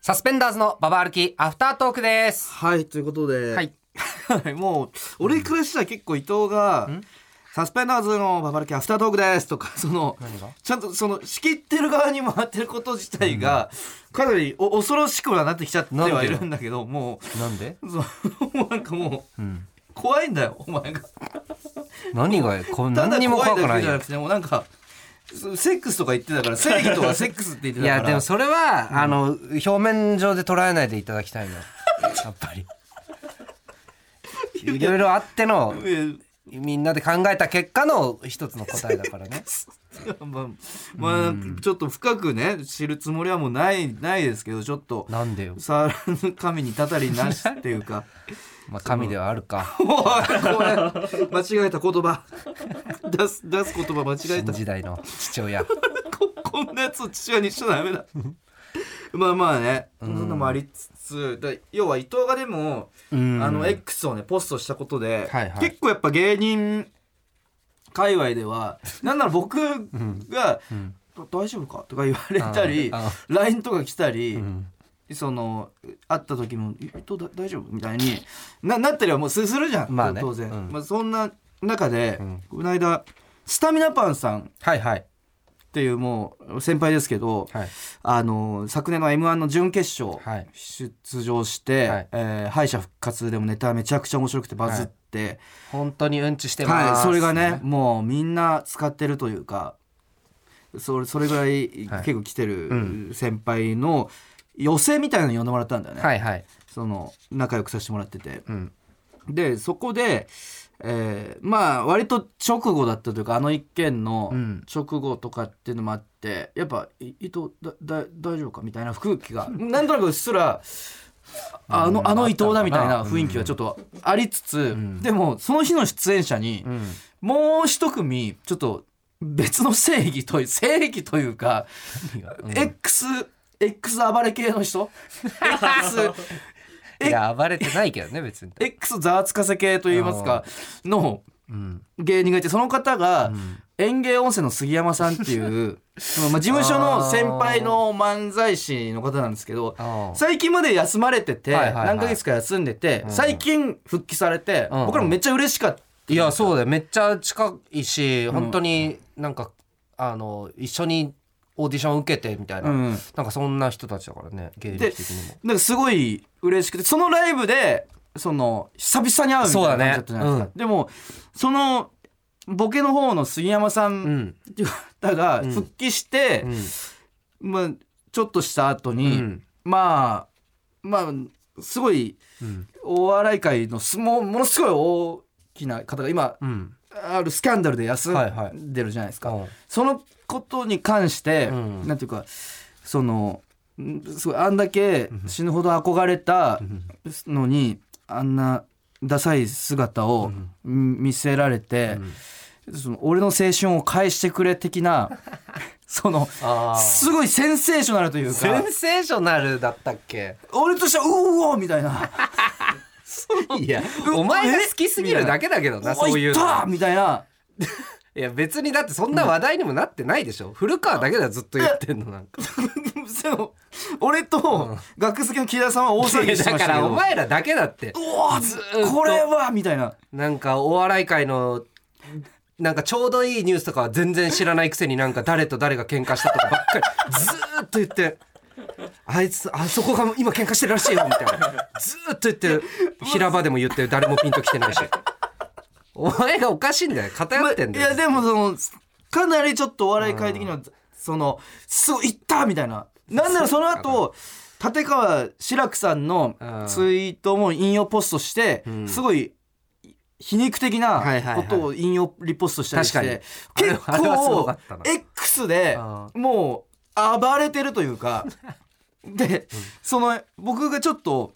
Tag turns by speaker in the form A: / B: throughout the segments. A: サスペンダーズのババ歩きアフタートークです。
B: はいという ことで、
A: はい
B: もう俺からしたら結構伊藤が
A: ん
B: 「サスペンダーズのババルキアフタートークです」とか その
A: 何が
B: ちゃんとその仕切ってる側に回ってること自体がかなりお恐ろしくはなってきちゃって
A: なんでよ
B: はいるんだけども
A: なん で？
B: うその なんかもう
A: うん。
B: 怖いんだよお前が。
A: 何がこ
B: ただ
A: 何にも怖く
B: だ
A: な
B: け
A: い
B: じゃな
A: よ。
B: くてもうなんかそセックスとか言ってたから正義とかセックスって言って
A: い
B: たから
A: やでもそれは、あの表面上で捉えないでいただきたいの。 やっぱり。 いろいろあっての
B: え
A: みんなで考えた結果の一つの答えだからね。
B: まあ、まあ、ちょっと深くね知るつもりはもうないないですけどちょっと
A: なんでよ。
B: 触らぬ神にたたりなしってい うか
A: まあ神ではあるか。
B: おいこれ間違えた言葉出す出す言葉間違え
A: 新
B: た
A: 時代の父 親。
B: ここんなやつを父親にしちゃダメだまあまあねそんなのもありつつだ要は伊藤がでも
A: うん
B: あの X をねポストしたことで、
A: はいはい
B: 結構やっぱ芸人界隈ではなんなら僕が「大丈夫か?」とか言われたり
A: あ
B: LINE とか来たり、
A: ん
B: その会った時も「えっとだ大丈夫?」みたいにななったりはもうすするじゃん、
A: まあね
B: 当然、
A: うん
B: まあ、そんな中で、
A: ん
B: この間スタミナパンさんっ
A: はいはい
B: ていうもう先輩ですけど、
A: はい
B: あの昨年の m 1の準決勝、
A: はい
B: 出場して、
A: はい
B: えー敗者復活でもネタめちゃくちゃ面白くてバズって、
A: 本当にうんちして
B: はい
A: ます。
B: それがね。もうみんな使ってるというかそれそれぐらい
A: はい
B: 結構来て
A: う
B: る先輩の寄せみたいなの呼んでもらったんだよね、
A: はいはい。
B: その仲良くさせてもらってて。
A: うん。
B: でそこで、えーまあ割と直後だったというかあの一件の
A: うん
B: 直後とかっていうのもあって、やっぱ「い伊藤だだ大丈夫か?」みたいな空気が なんとなくうっすら「ああのあの伊藤だ」みたいな雰囲気はちょっとありつつ、
A: ん
B: でもその日の出演者に
A: うん。
B: もう一組ちょっと別の正義という正義というか、X X 暴れ系の人 X
A: いや暴れてないけどね別に。
B: X ざわつかせ系といいますかの
A: うん。
B: 芸人がいてその方が園芸温泉の杉山さんっていう そのまあ事務所の先輩の漫才師の方なんですけど
A: あー
B: 最近まで休まれてて
A: はいはいはい
B: 何ヶ月か休んでて
A: うん
B: 最近復帰されて
A: うん
B: 僕らもめっちゃ嬉しかった。
A: いやそうだよめっちゃ近いし本当になんか、あの一緒にオーディション受けてみたいな、
B: うん
A: なんかそんな人たちだからね芸歴的にも
B: なんかすごい嬉しくてそのライブでその久々に会うみたいな感じだったじゃないで
A: そ
B: す
A: う
B: か、
A: だね
B: でもそのボケの方の杉山さ
A: うんん
B: っていう方が復帰して
A: う、ん
B: まあ、ちょっとした後
A: う
B: に、
A: ん
B: まあまあすごい
A: うん
B: お笑い界のすもうものすごい大きな方が今
A: うん
B: あるスキャンダルで休
A: はいはい
B: んでるじゃないですか、
A: うん
B: そのことに関して、
A: うん
B: なんていうかそのんすごいあんだけ死ぬほど憧れたのにあんなダサい姿を見せられて、その俺の青春を返してくれ 的なその
A: あ
B: すごいセンセーショナルという
A: セ
B: か
A: ンセーショナルだったっけ
B: 俺としてはうおうおみたいな
A: いやお前が好きすぎるだけだけど
B: う
A: な
B: お
A: そういうの
B: 行ったみたいない
A: や別にだってそんな話題にもなってないでしょ古川だけだよずっと言ってんのなんか
B: その俺と学付けの木田さんは大騒ぎ
A: いや
B: して
A: だ
B: まし
A: か
B: た
A: ら
B: けど
A: お前らだけだって
B: うわ
A: ずーっと
B: これはみたいな
A: なんかお笑い界のなんかちょうどいいニュースとかは全然知らないくせになんか誰と誰が喧嘩したとかばっかりずーっと言ってあいつあそこが今喧嘩してるらしいよみたいなずーっと言ってる平場でも言ってる誰もピンときてないしお前がおかしいんだよ偏ってんだ
B: い
A: よ、
B: やでもそのかなりちょっとお笑い界的にはそのすごい行ったみたいななんならその後立川志らくさんの
A: うん
B: ツイートも引用ポストして、
A: うん
B: すごい皮肉的な
A: はいはいは
B: こ
A: い
B: とを引用リポストしたりして、
A: 確かにあれはあれはすごか
B: 結
A: ったな
B: 構 X でもう暴れてるとい うかで、その僕がちょっと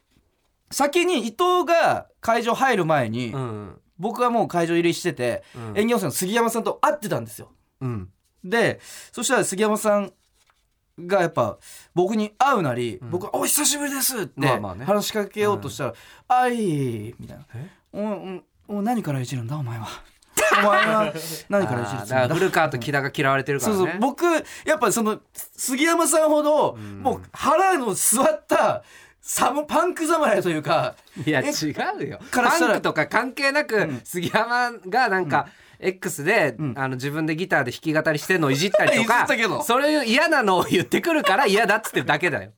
B: 先に伊藤が会場入る前に、
A: うん
B: 僕はもう会場入りしてて、
A: うん
B: 演技温泉の杉山さんと会ってたんですよ
A: うん
B: でそしたら杉山さんがやっぱ僕に会うなり、
A: ん
B: 僕は「お久しぶりです」って
A: まあまあね
B: 話しかけようとしたら「あい」みたいな
A: え
B: 「おおお何からいじるんだお前は」お前 は何からいじ
A: あ
B: る
A: ーだか
B: つもり
A: ら
B: だ
A: 古川と木田が嫌われてるから
B: そう
A: ね
B: そう僕やっぱその杉山さんほどもう腹の座ったサムパンク侍というか
A: いや
B: え
A: 違うよ
B: からした
A: パ
B: ら
A: ンクとか関係なく杉山がなんか X で、あの自分でギターで弾き語りしてんのをいじったりと
B: いじ
A: か
B: ったけど
A: そういう嫌なのを言ってくるから嫌だっつってるだけだよ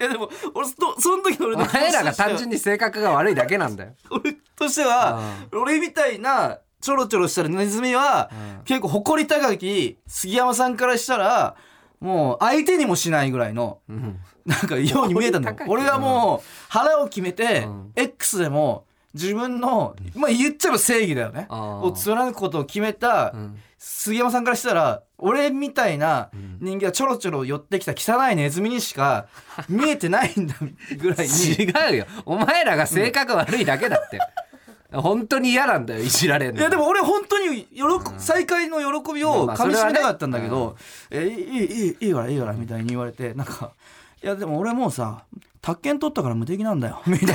B: いやでも俺そその時 の俺
A: お
B: の
A: 前らが単純
B: に
A: に性格が悪いだけなんだよ
B: 俺としては俺みたいなちょろちょろしたネズミは
A: うん
B: 結構誇り高き杉山さんからしたらもう相手にもしないぐらいの
A: うん
B: なんかように見えたんだよ
A: 誇り高い
B: 俺がもう腹を決めて
A: うん
B: X でも自分のまあ言っちゃえば正義だよね
A: あー
B: を貫くことを決めた
A: うん
B: 杉山さんからしたら俺みたいな人間はちょろちょろ寄ってきた汚いネズミにしか見えてないんだぐらいに
A: 違うよお前らが性格悪いだけだって、本当に嫌なんだよいじられんの
B: いやでも俺本当に喜再会の喜びを
A: まあ
B: かみしめたかったんだけど「えいいいいいいからいいから」みたいに言われてなんか「いやでも俺もうさ宅建取ったから無敵なんだよ」 みたい な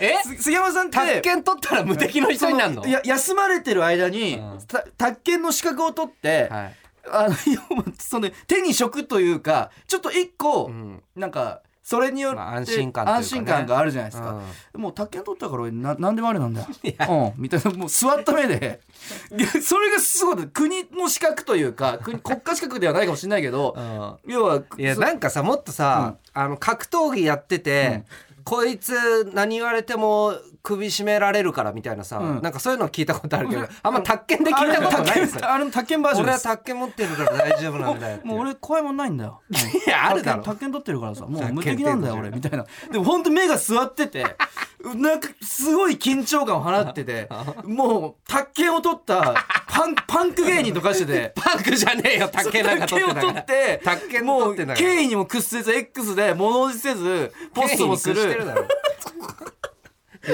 A: え
B: す杉山さんって
A: 宅建取ったら無敵の人になるの
B: そや休まれてる間に
A: うん
B: た宅建の資格を取って、
A: はい
B: あの 要はその手に職というかちょっと一個、
A: うん
B: なんかそれによって、
A: まあ安心感というかね
B: 安心感があるじゃないですか、もう宅建取ったから俺な何でもあり なんだよ、うん、みたいなもう座った目でいやそれがすごい国の資格というか国国家資格ではないかもしれないけど
A: うん
B: 要はい
A: や
B: そ
A: なんかさもっとさ、あの格闘技やってて、こいつ何言われても首絞められるからみたいなさ、
B: うん
A: なんかそういうの聞いたことあるけど、あんま宅建で聞いたことないんですよ
B: あれの宅建バージョン
A: 俺
B: で
A: は
B: す
A: 宅建持ってるから大丈夫なんだよって
B: もう俺怖いもんないんだよ、うん
A: いや あるだろ
B: 宅建取ってるからさも
A: 宅
B: う
A: 建
B: 無敵なんだよ
A: 取
B: 俺
A: ってる
B: みたいなでも本当目が座っててなんかすごい緊張感を払っ ててもう宅建を取ったパンパンク芸人とかしてて
A: パンクじゃねえよ宅建なんか取ってた
B: 宅建
A: か
B: を取
A: ら
B: って
A: 宅建
B: も
A: 取
B: う
A: ってんだから
B: 敬意にも屈せず X で物おじせずポストもす
A: 権威に屈して
B: る
A: だろ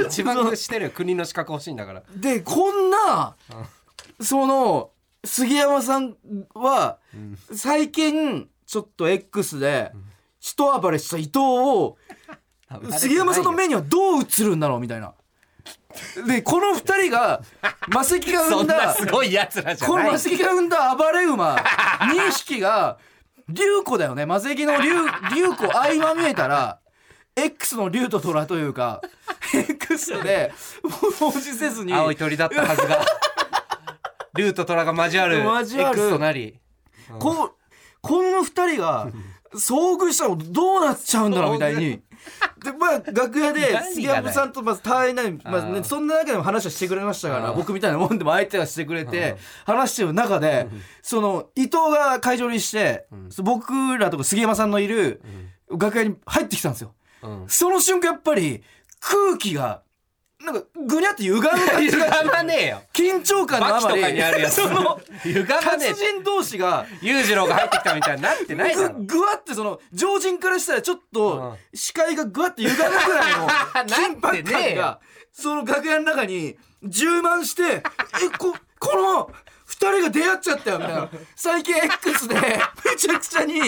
A: 一番屈してるよ国の資格欲しいんだから
B: でこんなその杉山さんは最近ちょっと X で一暴れした伊藤を杉山さんの目にはどう映るんだろうみたいな。でこの二人がマセキが
A: そ
B: 生ん
A: んな
B: だ
A: すごいやつらじゃ
B: この
A: ない
B: マセキが生んだ暴れ 馬2匹が竜子だよねマセキ の竜竜子合間見えたら X の竜と虎とい うか X で文字せずに
A: 青い鳥だったはず が竜と虎が交わる
B: 交わる
A: X となり
B: ここの二人が遭遇したらどうなっちゃうんだろうみたいに。でまあ、楽屋
A: 何が
B: で
A: だよ
B: 杉山さんとまず大変な、まあね
A: あー
B: そんな中でも話をしてくれましたか
A: あ
B: ら
A: ー
B: 僕みたいなもんでも相手がしてくれて話してる中でその伊藤が会場入りして、そ僕らとか杉山さんのいる楽屋に入ってきたんですよ。
A: うん
B: その瞬間やっぱり空気がなんかぐにゃって歪 む感じ
A: 歪
B: が
A: まねえよ
B: 緊張感の
A: バ
B: あ
A: キと
B: まり
A: かにある やつ
B: その
A: 歪まね
B: 達人同士が。
A: え裕次郎が入ってきたみたいになってない だろ
B: ぐぐわってその常人からしたらちょっと視界がぐわって歪むぐらいの緊迫
A: なってね
B: 感
A: えよ
B: がその楽屋の中に充満してえここの2人が出会っちゃったよみたいな最近 X でめちゃくちゃに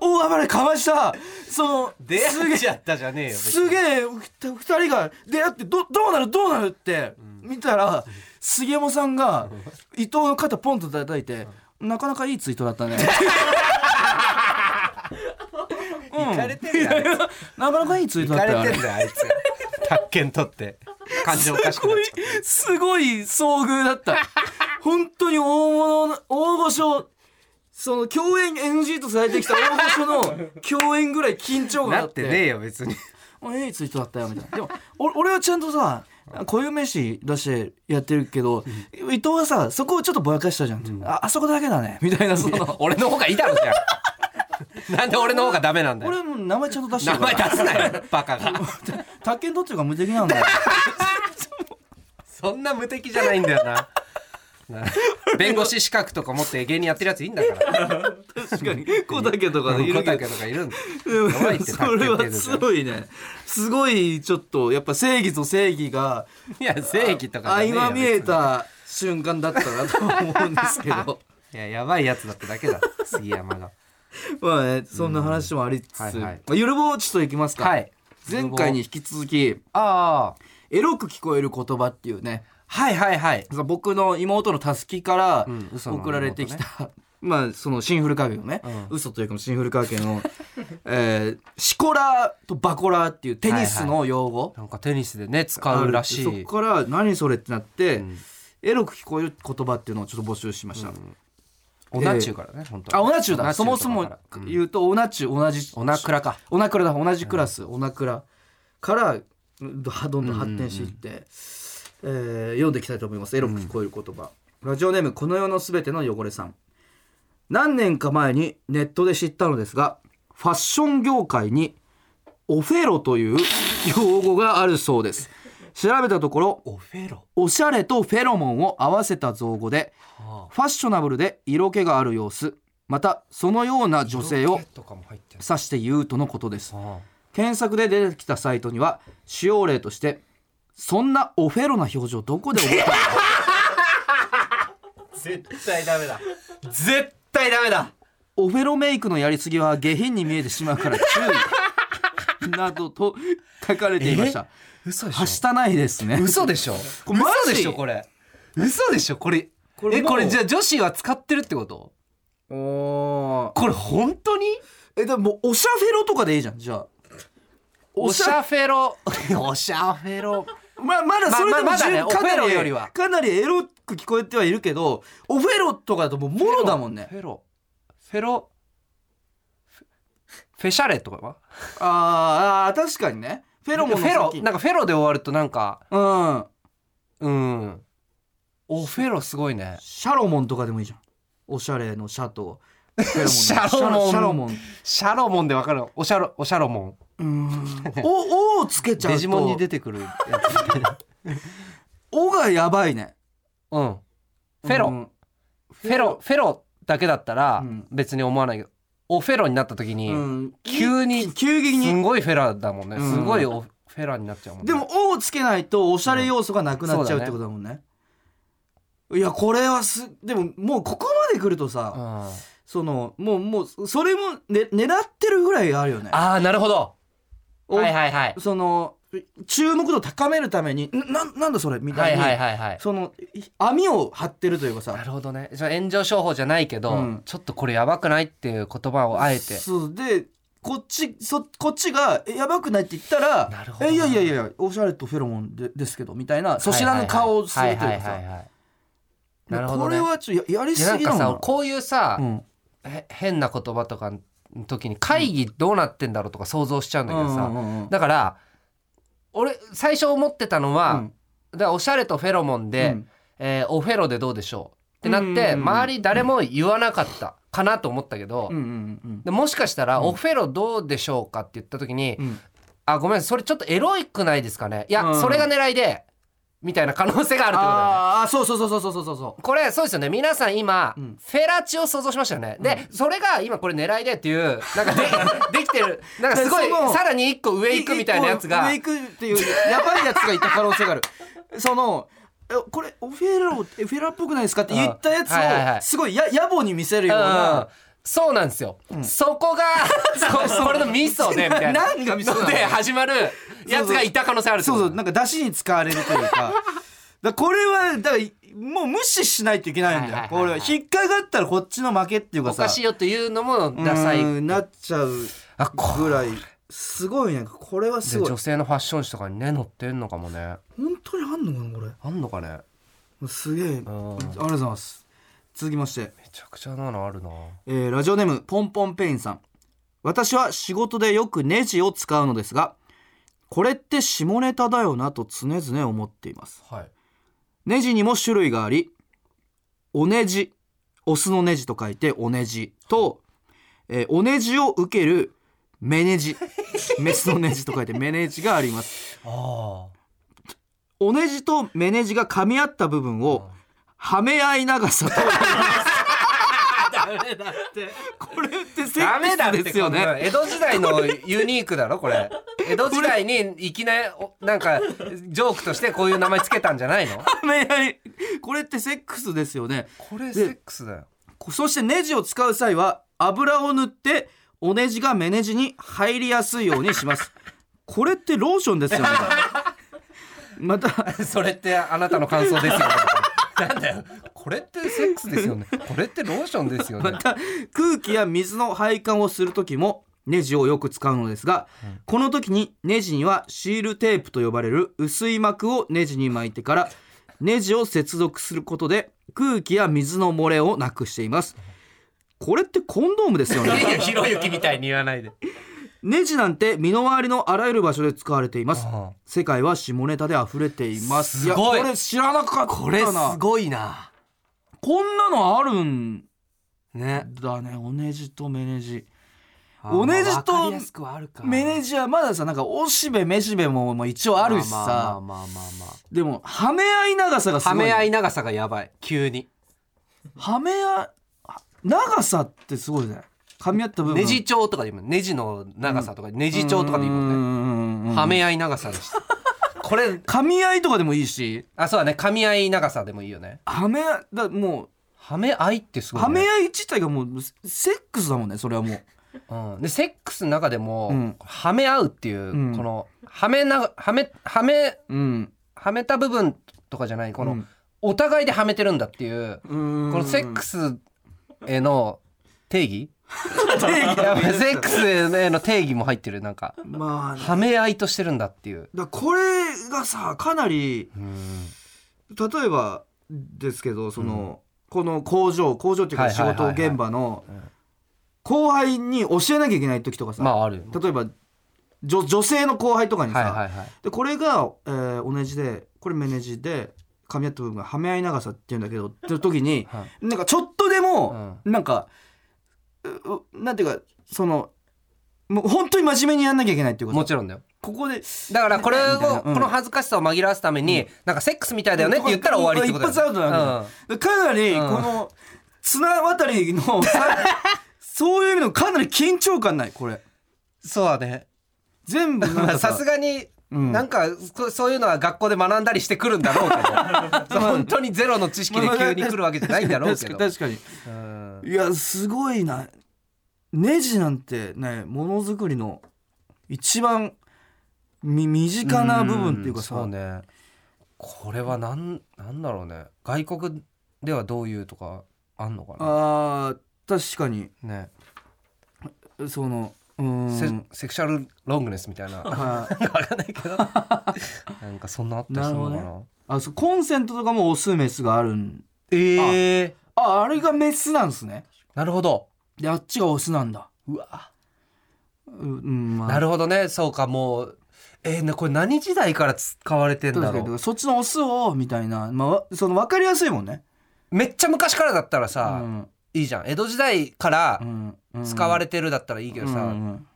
B: 大暴れかわしたその
A: 出会っちゃったじゃねえよ別に
B: すげえ2人が出会ってどどうなるどうなるって見たら杉山さんが伊藤の肩ポンと叩いて「なかなかいいツイートだったね」うん
A: イカれてるやんあい
B: なかなかいいツイー
A: つ
B: ト
A: イ
B: だ
A: カ
B: ったよあ
A: れ
B: れ
A: てんだよあいつ宅建取って感情おかしくなっちゃっ
B: すごい遭遇だった本当に大物の大御所その共演 NG とされてきた大御所の共演ぐらい緊張
A: た
B: 感
A: な
B: あっ
A: って
B: て
A: ねえよ別に
B: おいいツイートだったよみたいなでもお俺はちゃんとさ固有名詞出してやってるけど、伊藤はさそこをちょっとぼやかしたじゃん、ああそこだけだねみたいなその
A: 俺の方がいいだろじゃん なんで俺の方がダメなんだよ
B: 俺もう名前ちゃんと出して
A: 名
B: るか
A: 前出
B: ら
A: すなよバカ が
B: 宅建取ってるから無敵なんだよ
A: そんな無敵じゃないんだよなな弁護士資格とか持って芸人やってるやついいんだから
B: 確かに小竹と かでい
A: 小
B: るけ
A: 竹
B: ど
A: とかいるんだ
B: うん
A: やばいって
B: それはすごいねすごいちょっとやっぱ正義と正義が
A: いや正義とか
B: 合
A: じゃねえよ
B: 間見えた瞬間だったなと思うんです けど
A: いややばいやつだっただけだ杉山 が
B: まあねそんな話もありつつ、
A: うんはいはい
B: まあゆるぼうちょっといきますか、
A: はい
B: 前回に引き続き
A: あ
B: エロく聞こえる言葉っていうね
A: あ
B: はいはいはいその僕の妹のたすきから
A: うん嘘の妹ね
B: 送られてきた、 まあそのシンフルカーゲンをね、
A: うん
B: 嘘というかシンフルカーゲンを、えーシコラーとバコラーっていうテニスの用語、
A: なんかテニスでね使うらし
B: そこ
A: い
B: から何それってなって、
A: ん
B: エロく聞こえる言葉っていうのをちょっと募集しました、
A: オナチューからね本当
B: あ
A: は
B: オナチュだ
A: オ
B: そ
A: ナ
B: も
A: チ
B: そ
A: ュー
B: も
A: とかからうん
B: 言うとオナチュ同じ
A: オナクラか
B: オナクラだ同じクラス、オナクラからどどんどん発展していって、えー読んでいきたいと思いますエロく聞こえる言葉、ラジオネームこの世のすべての汚れさん何年か前にネットで知ったのですがファッション業界にオフェロという用語があるそうです調べたところ
A: オフェロ
B: おしゃれとフェロモンを合わせた造語で
A: は
B: ファッショナブルで色気がある様子またそのような女性を
A: ロケとかも入ってる
B: 指して言うとのことです
A: あ
B: 検索で出てきたサイトには使用例としてそんなオフェロな表情どこで覚えた の
A: あ絶対ダメだ絶対ダメだ
B: オフェロメイクのやりすぎは下品に見えてしまうから注意 などと書かれていました
A: 嘘で
B: はしたないですね
A: 嘘でしょ
B: これマジ
A: 嘘でしょこれ嘘でしょこれ
B: これ
A: え
B: もう
A: これじゃあ女子は使ってるってこと
B: お
A: これ本当に
B: えでももうおしゃフェロとかでいいじゃんじゃあ
A: おしゃフェロおしゃフェロ
B: ままだそれでも
A: ままだね
B: 十分かなり
A: オフェロよりは
B: かなりエロく聞こえてはいるけどオフェロとかだともうもろだもんね
A: フェロフェロフェフェシャレとかは
B: あーあー確かにねフェロ
A: フ
B: モンの
A: ェ
B: 先
A: ロなんかフェロで終わるとなんか
B: うん
A: うんおフェロすごいね
B: シャロモンとかでもいいじゃんおしゃれのシャとフェの
A: シャロモン
B: シャロモン
A: シャロモンでわかるのおしゃろおしゃロモン
B: うーんお「お」をつけちゃ
A: デ
B: う
A: ジモンに
B: と
A: 出てくるや
B: 「お」がやばいね
A: つうんフェロ、
B: うん
A: フェロフェロだけだったら
B: うん
A: 別に思わないけど、おフェロになった時に、
B: うん
A: 急に
B: 急激
A: す
B: に
A: んごいフェラだもんね、
B: うん
A: すごいおフェラになっちゃうもんね
B: でも「お」をつけないとおしゃれ要素がなくなっちゃう
A: うん
B: ってことだもんねいやこれはすでももうここまで来ると
A: うん
B: さ
A: あ
B: そのもうもうそれもね狙ってるぐらいあるよね
A: あなるほど
B: お
A: はいはいはい
B: その注目度高めるためにんななんだそれみた
A: はいい
B: に
A: はいはいはい
B: そのい網を張ってるというか
A: な
B: さ
A: るほどねその炎上商法じゃないけど、
B: うん
A: ちょっとこれやばくないっていう言葉をあえて
B: そうでこっちそこっちがえやばくないって言ったら
A: なるほど
B: え
A: ない
B: やいやいやおしゃれとフェロモンでですけどみたいなそしらぬ顔をするというか
A: ははは
B: さ
A: ははいなるほど、ね、
B: これはちょっとややり
A: いや
B: す
A: なん
B: ぎだ
A: か
B: もん
A: さ
B: な
A: こういうさ、
B: うん
A: へ変な言葉とかの時に会議どうなってんだろうとか想像しちゃうんだけどさ、
B: うんうんうん
A: だから俺最初思ってたの
B: う
A: は
B: ん、
A: だからおしゃれとフェロモンで、
B: うん
A: えーおフェロでどうでしょうってなっ
B: うんうんうん
A: て周り誰も言わなかったかなと思ったけど、
B: うんうんうん
A: でもしかしたらおフェロどうでしょうかって言った時に、
B: うん
A: あごめんそれちょっとエロくないですかねいや、
B: うん
A: それが狙いでみたいな可能性があるってことだよね。
B: ああそうそうそうそうそうそうそう
A: これそうですよね皆さん今、
B: うん
A: フェラチを想像しましたよね、でそれが今これ狙いでっていうなんかで できてるなんかすごい
B: で その
A: さらに一個上行くみたいなやつが
B: 上行くっていうやばいやつがいた可能性がある そのえこれオフェロえフェラっぽくないですかって言ったやつ
A: うんはいはいは
B: を
A: い
B: すごいや野暮に見せるよう
A: うん
B: な、
A: そうなんですよ、そこ がそそれのミソでみたいな
B: 何がミソなの
A: ので始まるやつがいた可能性あるって
B: そ
A: こ
B: う
A: と
B: そうなんか出汁に使われるというか だこれはだからもう無視しないといけないん
A: はい
B: だよ
A: はい
B: こ
A: はい
B: れ
A: は
B: はい引っかかったらこっちの負けっていうか
A: お
B: さ
A: かしいよっていうのもダサい
B: うんなっちゃう
A: あこ
B: ぐらいすごいねこれは
A: です
B: ごい
A: 女性のファッション誌とかにね載ってんのかもね
B: 本当にあんのかなこれ
A: あんのかね
B: もうすげえ、
A: ん
B: ありがとうございます続きまして
A: めちゃくちゃなのあるな
B: えーラジオネームポンポンペインさん私は仕事でよくネジを使うのですがこれって下ネタだよなと常々思っています
A: はい
B: ネジにも種類がありおネジオスのネジと書いておネジと、えーおネジを受けるメネジメスのネジと書いてメネジがあります
A: あ
B: おネジとメネジが噛み合った部分をはめ合い長さと呼びます
A: あダメだって
B: これってセ
A: ダメだ
B: ッ
A: っ
B: ク
A: て
B: スですよ
A: こん
B: ね
A: な江戸時代のユニークだろこれ江戸時代にいきなりおなんかジョークとしてこういう名前つけたんじゃないの
B: はめ合いこれってセックスですよね
A: これ
B: セッ
A: クスだよ
B: そしてネジを使う際は油を塗っておネジが メネジに入りやすいようにしますこれってローションですよねまた
A: それってあなたの感想ですよねなんだよこれってセックスですよねこれってローションですよね
B: また空気や水の配管をする時もネジをよく使うのですが、この時にネジにはシールテープと呼ばれる薄い膜をネジに巻いてからネジを接続することで空気や水の漏れをなくしていますこれってコンドームですよ ね
A: いやひろゆきみたいに言わないで
B: ネジなんて身の回りのあらゆる場所で使われています
A: ああ
B: 世界は下ネタで溢れています
A: すごい
B: やこれ知らなかったな
A: これすごいな
B: こんなのあるん
A: ね
B: だねおネジとメネジ
A: あー
B: おねじと
A: まあわかりやすくはあるか
B: メネジはまださなんかおしべめしべももう一応あるしさ、
A: まあまあまあまあまあまあ
B: でもはめ合い長さがすご
A: はめ合
B: い
A: い長さがやばい急に
B: はめ合い長さってすごいね噛み合った部分
A: ネジ帳とかで言うもんネジの長さとかネジ帳とかで言うもんね
B: ね
A: はめ合い長さでしたこれ
B: 噛み合いとかでもいいし
A: あそうだね噛み合い長さでもいいよね
B: はめ合いだも
A: はめ合いってすご
B: う
A: い、ね、
B: はめ合い自体がもうセセックスだもんねそれはもう
A: うん、でセックスの中でも、
B: うん
A: はめ合うっていう、
B: うん
A: このはめなはめはめ
B: うん
A: はめた部分とかじゃないこの、
B: うん
A: お互いではめてるんだっていう
B: こ
A: この
B: の
A: セックスへの定義
B: 定義
A: やっぱりセックスへの定義も入ってるなんか
B: まあね、
A: はめ合いとしてるんだっていう。
B: だこれがさかなり例えばですけどその、この工場工場っていう
A: は
B: か
A: い
B: 仕
A: はいはい
B: 事
A: はい
B: 現場の
A: ん
B: 後輩に教えなきゃいけない時とかさ、
A: まああるよ。
B: 例えば女女性の後輩とかにさ、
A: はいはいはい。
B: でこれが、えー、おネジでこれメネジで噛み合った部分がはめ合い長さっていうんだけどっていう時に、
A: は
B: なんかちょっとでも、なんかううなんていうかそのもう本当に真面目にやんなきゃいけないっていうか
A: も
B: さ
A: ちろんだよ。
B: ここで
A: だからこれ
B: みたい
A: を
B: なうん
A: この恥ずかしさを紛らわすために、なんかセックスみたいだよねって言ったら終わりってことだよ。
B: 一発アウトなわけだかなりこ
A: うん
B: の綱渡りの そういう意味のかなり緊張感ないこれ
A: うんそうだね。
B: 全部なん
A: まあ
B: か
A: さすがに、
B: うん
A: なんかそそういうのは学校で学んだりしてくるんだろうけ どそう本当にゼロの知識で急に来るわけじゃないんだろうけど、
B: 確かに
A: うん
B: いやすごいなネジなんてねものづくりの一番み身近な部分っていうかさ
A: そうねこれはなんなんだろうね外国ではどういうとかあんのか
B: あー確かに
A: なね
B: そのうー
A: セ
B: ん
A: セクシャルロングネスみたいなわ
B: はい
A: かんないけ どなんかそんなあったりするのかな
B: なるあそうコンセントとかもオスメスがあるん
A: ええ
B: ああれがメスなんですね
A: なるほど
B: であっちがオスなんだ
A: うわ
B: ううんまあ
A: なるほどねそうかもうえー、ねこれ何時代から使われてんだ
B: 確
A: ろ
B: か
A: う
B: にそっちのオスをみたいな、まあわ、その分かりやすいもんね、
A: めっちゃ昔からだったら
B: う
A: さ、
B: ん
A: いいじゃん江戸時代から
B: うんうん、
A: 使わ
B: れ
A: れてるだったらいいけどさ、
B: うんうん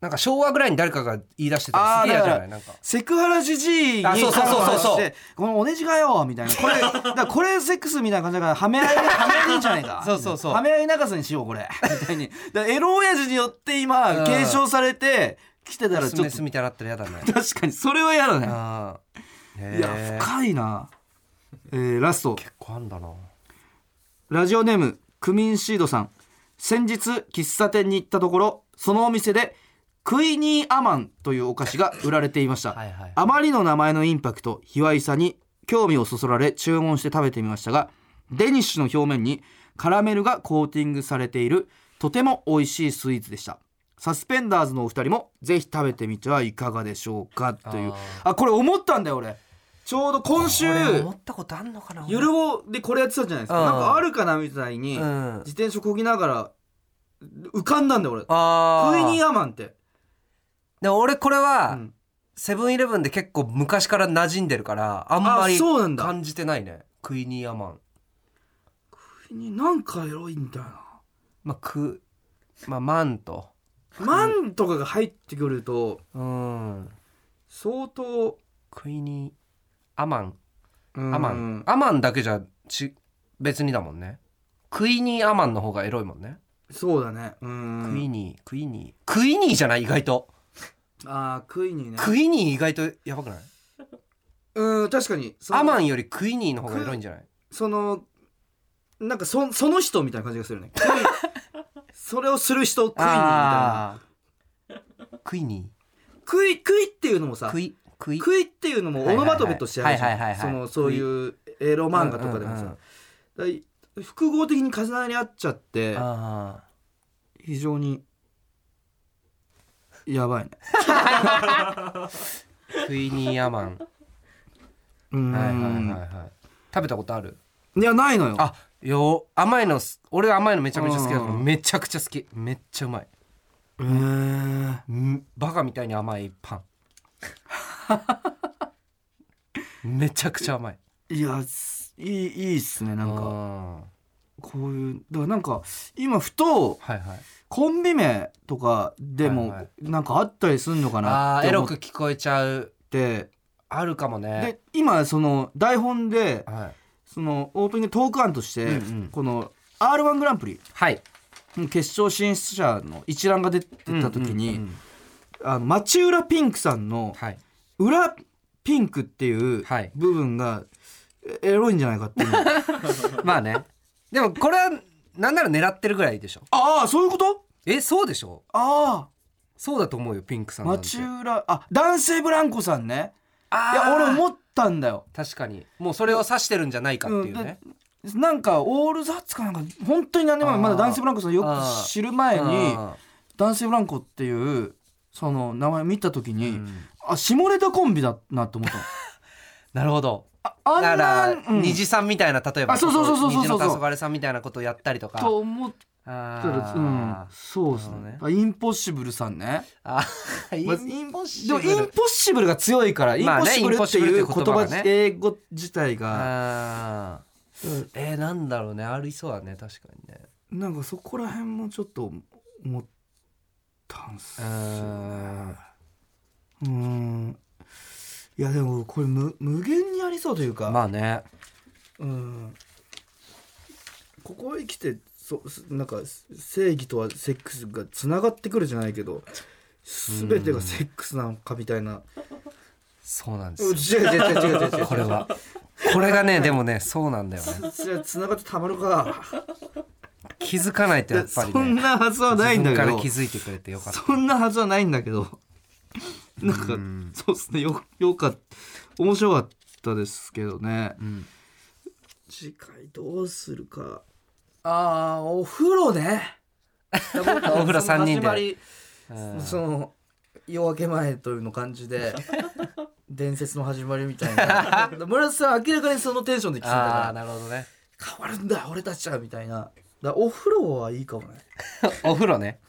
A: なんか昭和ぐらいに誰かが言い出してたら
B: あー
A: すげえ嫌じ
B: だ
A: ゃな
B: から
A: いなんか
B: セクハラじじいに
A: あそうそうそうそうそう
B: カラーしてこのおねじがよみたいな これだからこれセックスみたいな感じだからはめ合いはめ合いでいいんじゃない か
A: そうそうそう
B: はめ合い長さにしようこれみたいにだからエロ親父によって今
A: うん
B: 継承されてきてたら
A: ス
B: ちょ
A: メ
B: っと
A: スみたいになったら嫌 だね
B: 確かにそれは嫌だね
A: あー
B: いや
A: へー
B: 深いな、えー、ラスト
A: 結構あんだな
B: ラジオネームクミンシードさん先日喫茶店に行ったところそのお店でクイニーアマンというお菓子が売られていました
A: いはい
B: あまりの名前のインパクト卑猥さに興味をそそられ注文して食べてみましたがデニッシュの表面にカラメルがコーティングされているとても美味しいスイーツでしたサスペンダーズのお二人もぜひ食べてみてはいかがでしょうかというあこれ思ったんだよ俺ちょうど今週
A: 思ったことあんのかな
B: ゆるぼでこれやってたじゃないですか
A: うん
B: なんかあるかなみたいに
A: 俺うん
B: 自転車こぎながら浮かんだんだよ俺ク
A: あ
B: イニ
A: ー
B: ーアマンって
A: でも俺これは、
B: うん
A: セブンイレブンで結構昔から馴染んでるからあんま
B: あ
A: り
B: そうなんだ
A: 感じてないねクイニーアマン
B: クイニーなんかエロいんだよな
A: まあクまあマンと
B: マンとかが入ってくると
A: うん
B: 相当
A: クイニーアマン
B: ア
A: アマンアマンだけじゃち別にだもんねクイニーアマンの方がエロいもんね、
B: そうだねう
A: クイ
B: ん
A: ニークイニークイニーじゃない意外と
B: あークイニーね
A: クイニー意外とやばくない
B: うん確かにその
A: アマンよりクイニーの方がエロいんじゃない
B: そのなんかそその人みたいな感じがするねクイ それをする人クイニーみたいな
A: あークイニ
B: クイクイっていうのも
A: ー
B: さ
A: クイ食い
B: 食いっていうのもオノマトペとしてあるじ
A: はいはい
B: ゃ
A: はい
B: ん
A: はいは
B: そ
A: いはい
B: のそういうエロ漫画とかで
A: う
B: も
A: んうん
B: さ、だ複合的に重なり合っちゃって
A: あ
B: 非常にやばいね
A: ー食いにヤマン
B: うーん、
A: はいはい
B: い
A: はいはい食べたことある
B: やないのよ
A: あよ甘いのす俺甘いのめちゃめちゃ好きだから
B: うん
A: めちゃくちゃ好きめっちゃうまい
B: へー
A: んバカみたいに甘いパンめちゃくちゃ甘い
B: いやすいいいいっすねなん
A: う
B: か
A: ん
B: こういうだからなんか今ふと
A: はいはい
B: コンビ名とかで
A: はいは
B: も
A: い
B: なんかあったりすんのか
A: あ
B: なっ
A: ーエ
B: て
A: ロ
B: 思
A: く
B: っ
A: 聞こえちゃう
B: て
A: あるかもね
B: で今その台本で
A: はい
B: そのオープニングトーク案として
A: うんうん
B: この r 1グランプリ
A: はい
B: 決勝進出者の一覧が出てた時
A: うんうん
B: に
A: うん
B: あの町浦ピンクさんの
A: はい
B: 「裏ピンク」っていう
A: はい
B: 部分がエロいんじゃないかっていう
A: まあねでもこれはなんなら狙ってるぐらいでしょ
B: ああそういうこと
A: えそうでしょ
B: あ
A: そうだと思うよピンクさ
B: あ
A: んなんて
B: 町浦あ男性ブランコさんね
A: あ
B: い
A: ー
B: や俺思ったんだよ
A: 確かにもうそれを指してるんじゃないかっていうね、
B: なんかオールザッツかなんか本当に何年前
A: あー
B: まだ男性ブランコさんよく知る前に
A: あ
B: 男性ブランコっていうその名前見た時に、
A: ーうん
B: あ下ネタコンビだなって 思ったの
A: なるほど
B: ああん
A: だから、
B: なうん
A: 虹さんみたいな例えば
B: あそうそうそうそうそう
A: 虹の黄昏さんみたいなことをやったりとか
B: と思ったらうん
A: あ
B: そうです
A: なる
B: ね
A: ほ
B: あインポッシブルさんね
A: ーあー
B: まあ
A: インポッシ
B: で
A: ブ
B: も
A: ル
B: インポッシブルが強いから、
A: まあね
B: インポッシブルっていう言葉
A: インポッシブルっていう言葉がね
B: 英語自体が
A: あーえー、なんだろうねありそうだね確かにね
B: なんかそこら辺もちょっと思ったんす
A: う
B: よ
A: ーん
B: うーんいやでもこれ無無限にありそうというか、
A: まあね
B: うんここへ来てそすなんかす正義とはセックスがつながってくるじゃないけど全てがセックスなのかみたいな、
A: そうなんです
B: うん、違う
A: よ
B: 違う違う違う違う違う
A: これはこれがねでもねそうなんだよね
B: じゃあつながってたまるか
A: 気づかないとやっぱり
B: そん
A: ね
B: なはずはないんだ
A: 自分から
B: けど
A: 気づいてくれてよかった
B: そんなはずはないんだけどなんか
A: うん
B: そうですねよよかった面白かったですけどね
A: うん
B: 次回どうするかああお風呂ねお
A: お風呂三人でうん
B: その夜明け前というの感じで 伝説の始まりみたいな村田さん明らかにそのテンションで来てた
A: ああ
B: か
A: なるほど ね
B: ら変わるんだ俺たちはみたいなだからお風呂はいいかもね
A: お風呂 ね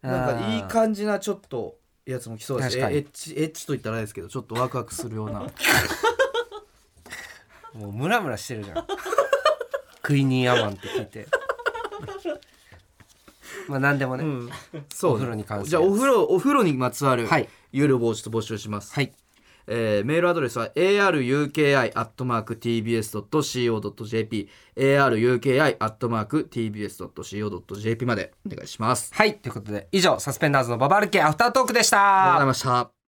B: なんかいい感じなちょっとやつも来そうです
A: 確かに
B: エッチエッチと言ったらあれですけどちょっとワクワクするような
A: もうムラムラしてるじゃんクイニーアマンって聞いてまあ何でもね、
B: うんそう
A: お風呂に関する
B: じゃあお風呂お風呂にまつわる
A: はい
B: 有料防止と募集します
A: はい
B: えーメールアドレスは aruki.tbs.co.jp aruki.tbs.co.jp までお願いします。
A: はいということで以上サスペンダーズのババ歩きアフタートークでし
B: あり
A: た
B: がとうございました。